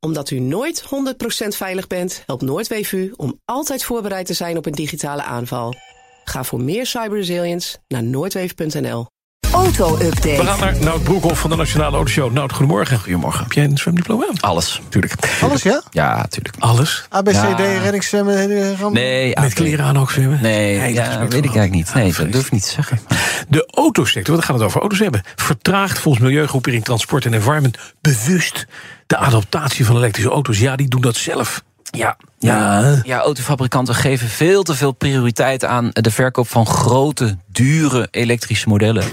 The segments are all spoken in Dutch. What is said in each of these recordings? Omdat u nooit 100% veilig bent, helpt NoordWV u om altijd voorbereid te zijn op een digitale aanval. Ga voor meer cyberresilience naar noordweef.nl. Auto-update. We gaan naar Nout Broekhoff van de Nationale Autoshow. Nout, goedemorgen. Goedemorgen. Heb jij een zwemdiploma? Alles. Tuurlijk. Alles, ja? Ja, tuurlijk. Alles? ABCD, Ja. reddingszwemmen, eh, ramp. Nee, ja, Met kleren aan ook zwemmen? Nee, nee dat ja, is Ah, weet ik eigenlijk niet. Nee, dat durf ik niet te zeggen. De autosector, we gaan het over auto's hebben, vertraagt volgens Milieugroepering Transport en Environment bewust de adaptatie van elektrische auto's. Ja, die doen dat zelf. Ja, ja. hè? Ja, autofabrikanten geven veel te veel prioriteit aan de verkoop van grote, dure elektrische modellen.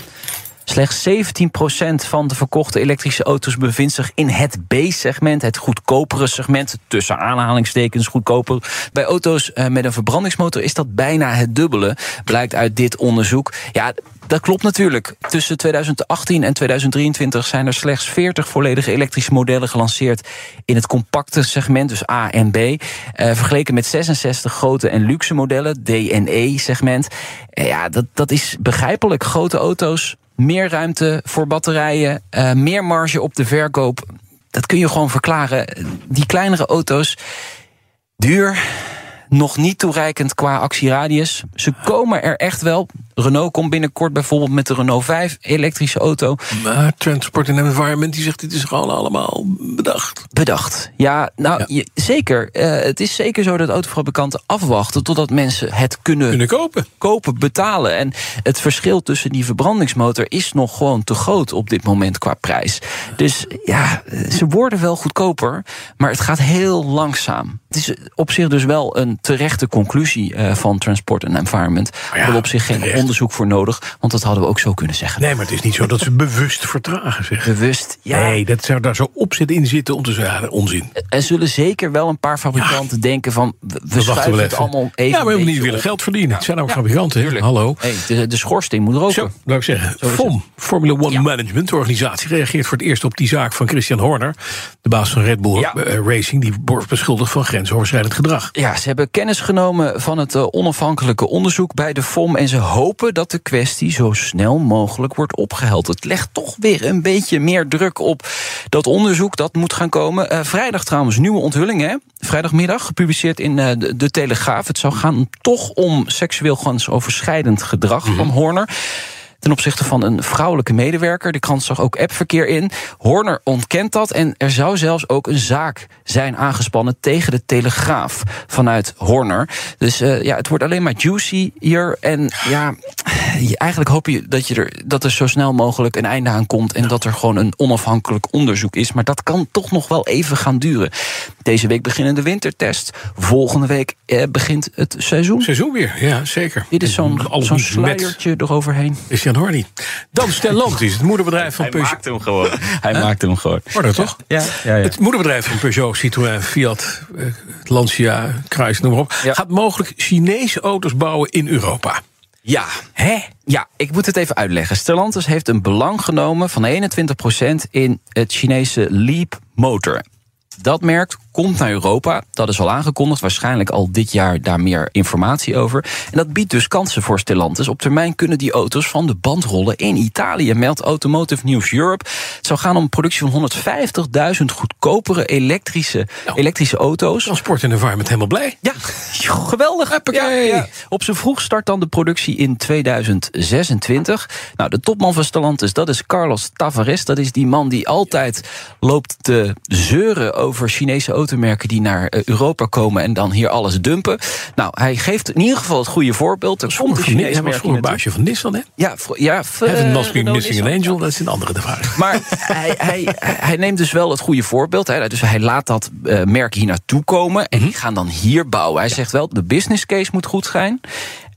Slechts 17% van de verkochte elektrische auto's bevindt zich in het B-segment, het goedkopere segment, tussen aanhalingstekens goedkoper. Bij auto's eh, met een verbrandingsmotor is dat bijna het dubbele, blijkt uit dit onderzoek. Ja, dat klopt natuurlijk. Tussen 2018 en 2023 zijn er slechts 40 volledige elektrische modellen gelanceerd in het compacte segment, dus A en B. Eh, vergeleken met 66 grote en luxe modellen, D en E segment. Eh, ja, dat, dat is begrijpelijk. Grote auto's, meer ruimte voor batterijen, eh, meer marge op de verkoop. Dat kun je gewoon verklaren. Die kleinere auto's, duur, nog niet toereikend qua actieradius. Ze komen er echt wel. Renault komt binnenkort bijvoorbeeld met de Renault 5 elektrische auto. Maar Transport en Environment die zegt: dit is gewoon allemaal bedacht. Bedacht. Ja, nou je- zeker. Eh, het is zeker zo dat autofabrikanten afwachten totdat mensen het kunnen, Kunnen kopen. kopen, betalen. En het verschil tussen die verbrandingsmotor is nog gewoon te groot op dit moment qua prijs. Dus ja, ze worden wel goedkoper, maar het gaat heel langzaam. Het is op zich dus wel een terechte conclusie eh, van Transport and Environment. Maar Oh ja, er op zich geen terecht. onderzoek voor nodig, want dat hadden we ook zo kunnen zeggen. Nee, maar het is niet zo dat ze bewust vertragen, zeg. Bewust, ja. Nee, dat zou daar zo opzet in zitten om te zeggen: onzin. Er zullen zeker wel een paar fabrikanten denken van... we- we, We wachten schuiven wel het even. allemaal ja, even maar een we beetje niet willen op. geld verdienen. Het zijn nou Ja, fabrikanten. hè? tuurlijk. Hallo. Hey, de, de schoorsteen moet roken. Zo, laat ik zeggen. is FOM, Formula One Management, de organisatie, reageert voor het eerst op die zaak van Christian Horner, de baas van Red Bull Ja. eh, Racing, die wordt beschuldigd van grensoverschrijdend gedrag. Ja, ze hebben kennis genomen van het eh, onafhankelijke onderzoek bij de FOM. En ze hopen dat de kwestie zo snel mogelijk wordt opgehelderd. Het legt toch weer een beetje meer druk op dat onderzoek dat moet gaan komen. Eh, vrijdag trouwens, nieuwe onthulling hè? Vrijdagmiddag, gepubliceerd in eh, de, de Telegraaf. Het zou gaan toch om seksueel grensoverschrijdend gedrag van Horner ten opzichte van een vrouwelijke medewerker. De krant zag ook appverkeer in. Horner ontkent dat en er zou zelfs ook een zaak zijn aangespannen tegen de Telegraaf vanuit Horner. Dus eh, ja, het wordt alleen maar juicy hier. En ja, je- eigenlijk hoop je dat, je er, dat er zo snel mogelijk een einde aan komt en dat er gewoon een onafhankelijk onderzoek is. Maar dat kan toch nog wel even gaan duren. Deze week beginnen de wintertest. Volgende week eh, begint het seizoen. Seizoen weer, ja, zeker. Dit is zo'n Alles zo'n niet met sluiertje eroverheen. Christian Horner. Dan Stellantis, het moederbedrijf van Peugeot. hem gewoon. Hij maakte hem gewoon. Horner, toch? Ja, ja, Het moederbedrijf van Peugeot, Citroën, Fiat, eh, Lancia, Chrysler, noem maar op... Ja. gaat mogelijk Chinese auto's bouwen in Europa. Ja. Hè? Ja, ik moet het even uitleggen. Stellantis heeft een belang genomen van 21% in het Chinese Leap Motor. Dat merk komt naar Europa. Dat is al aangekondigd. Waarschijnlijk al dit jaar daar meer informatie over. En dat biedt dus kansen voor Stellantis. Op termijn kunnen die auto's van de band rollen in Italië, meldt Automotive News Europe. Het zou gaan om een productie van 150.000 goedkopere elektrische, Nou. elektrische auto's. Transport en Environment helemaal blij. Ja, joh, geweldig. Ja, Huppakee. ja. Op zijn vroeg start dan de productie in 2026. Nou, de topman van Stellantis, dat is Carlos Tavares. Dat is die man die altijd loopt te zeuren over Chinese automerken... die naar eh, Europa komen en dan hier alles dumpen. Nou, hij geeft in ieder geval het goede voorbeeld. Er komt Sommige een van Nissan, Chinees hij was merk vroeger naartoe. baasje van Nissan, hè? Ja, vro- ja. v- Heaven eh, must be Renault missing an Nissan. angel, dat is een andere vraag. Maar hij, hij, hij neemt dus wel het goede voorbeeld. Hè. Dus hij laat dat eh, merk hier naartoe komen. En die gaan dan hier bouwen. Hij zegt wel, de business case moet goed zijn.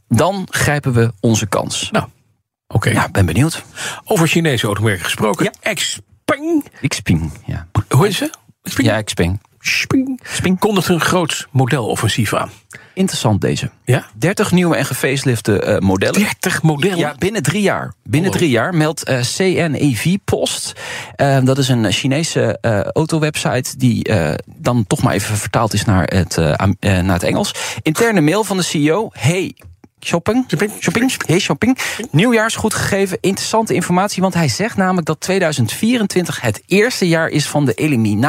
Dan grijpen we onze kans. Nou, oké. Ja, ik ben benieuwd. Over Chinese automerken gesproken. Ja. Xpeng. Ik sping. Ja, Hoe is ze? Xpeng. ja ik sping. Xpeng. Sping. Kondigt een groot modeloffensief aan. Interessant deze. Ja? 30 nieuwe en gefacelifte eh, modellen. 30 modellen. Ja, binnen drie jaar. Binnen Hallo. drie jaar meldt eh, CNEV Post. Eh, dat is een Chinese eh auto-website die eh, dan toch maar even vertaald is naar het, eh, Am- eh, naar het Engels. Interne mail van de CEO. E Hey, Shopping. Shopping. Shopping. Hey, shopping. Nieuwjaarsgoed gegeven. Interessante informatie. Want hij zegt namelijk dat 2024 het eerste jaar is van de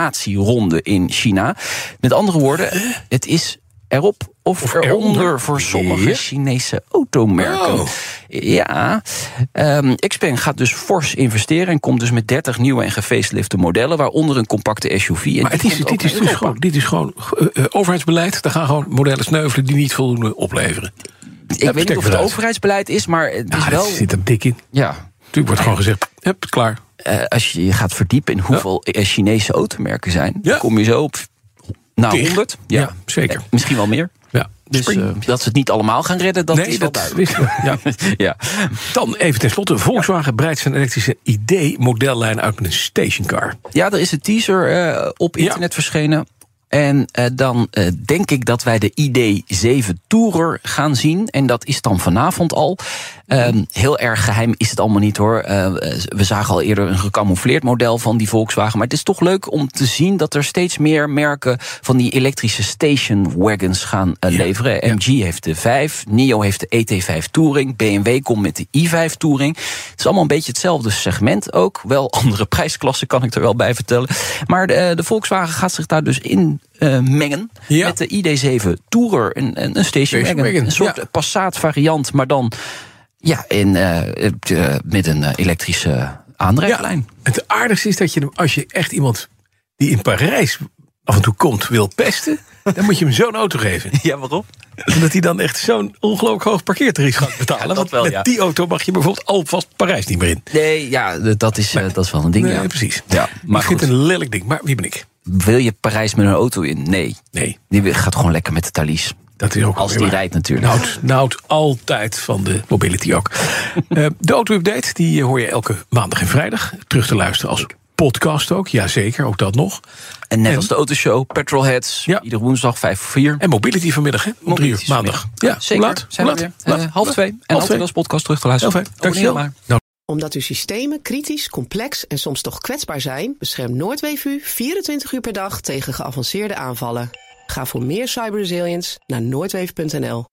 eliminatieronde in China. Met andere woorden, het is erop of, eronder, eronder. voor sommige Ja. Chinese automerken. Oh. Ja, ehm Xpeng gaat dus fors investeren en komt dus met 30 nieuwe en gefacelifte modellen, waaronder een compacte SUV. En Maar het die is, komt dit, ook is naar dus Europa. gewoon, dit is gewoon eh, eh, overheidsbeleid. Daar gaan gewoon modellen sneuvelen die niet voldoende opleveren. Ik weet niet of het uit. overheidsbeleid is, maar het is Ah, wel. Dat zit er dik in. Ja, Natuurlijk wordt gewoon gezegd, heb klaar. eh, als je je gaat verdiepen in hoeveel eh, Chinese automerken zijn, Ja. kom je zo op na Dicht. 100. Ja, zeker. Eh, misschien wel meer. Ja. Dus Spring. eh, dat ze het niet allemaal gaan redden, dat is nee, wel dat duidelijk. wisten we. Ja. Ja. Dan even tenslotte. Volkswagen breidt zijn elektrische ID-modellijn uit met een stationcar. ja, er is een teaser eh, op Ja. internet verschenen. En eh, dan eh, denk ik dat wij de ID7 Tourer gaan zien. En dat is dan vanavond al. Ehm, heel erg geheim is het allemaal niet hoor. Eh, we zagen al eerder een gecamoufleerd model van die Volkswagen. Maar het is toch leuk om te zien dat er steeds meer merken van die elektrische station wagons gaan eh, leveren. MG heeft de 5, NIO heeft de ET5 Touring, BMW komt met de i5 Touring. Het is allemaal een beetje hetzelfde segment ook. Wel andere prijsklassen kan ik er wel bij vertellen. Maar de, de Volkswagen gaat zich daar dus in eh, mengen Ja. met de ID7 Tourer, een, een, een station Station wagon. wagon, Een soort ja. Passat variant, maar dan ja, in, eh, eh, met een eh, elektrische aandrijflijn. Het aardigste is dat je hem, als je echt iemand die in Parijs af en toe komt, wil pesten, dan moet je hem zo'n auto geven. Ja, waarom? Omdat hij dan echt zo'n ongelooflijk hoog parkeertarief gaat betalen. dat Want wel, met ja. die auto mag je bijvoorbeeld alvast Parijs niet meer in. Nee, ja, d- dat is, eh, dat is wel een ding. Nee, ja. precies. Ja, maar ik vind goed. het een lelijk ding. Maar wie ben ik? Wil je Parijs met een auto in? Nee. Nee, Die gaat gewoon lekker met de Thalys. dat is ook Als weer die waar. rijdt natuurlijk. Nout, Nout, altijd van de mobility ook. Eh, de auto-update die eh, hoor je elke maandag en vrijdag. Terug te luisteren als podcast ook. Jazeker, ook dat nog. En net En- als de autoshow, Petrolheads. Ja. iedere woensdag vijf voor vier. En mobility vanmiddag, hè? Om drie uur, Mobility maandag. vanmiddag. Ja, Zeker. Hoe laat? Zijn we Hoe laat? weer. Eh, Laat? half twee. En Half altijd twee. als podcast terug te Heel luisteren. fijn, dankjewel. Abonneer maar. Nou, Omdat uw systemen kritisch, complex en soms toch kwetsbaar zijn, beschermt NoordWV u 24 uur per dag tegen geavanceerde aanvallen. Ga voor meer cyberresilience naar noordweef.nl.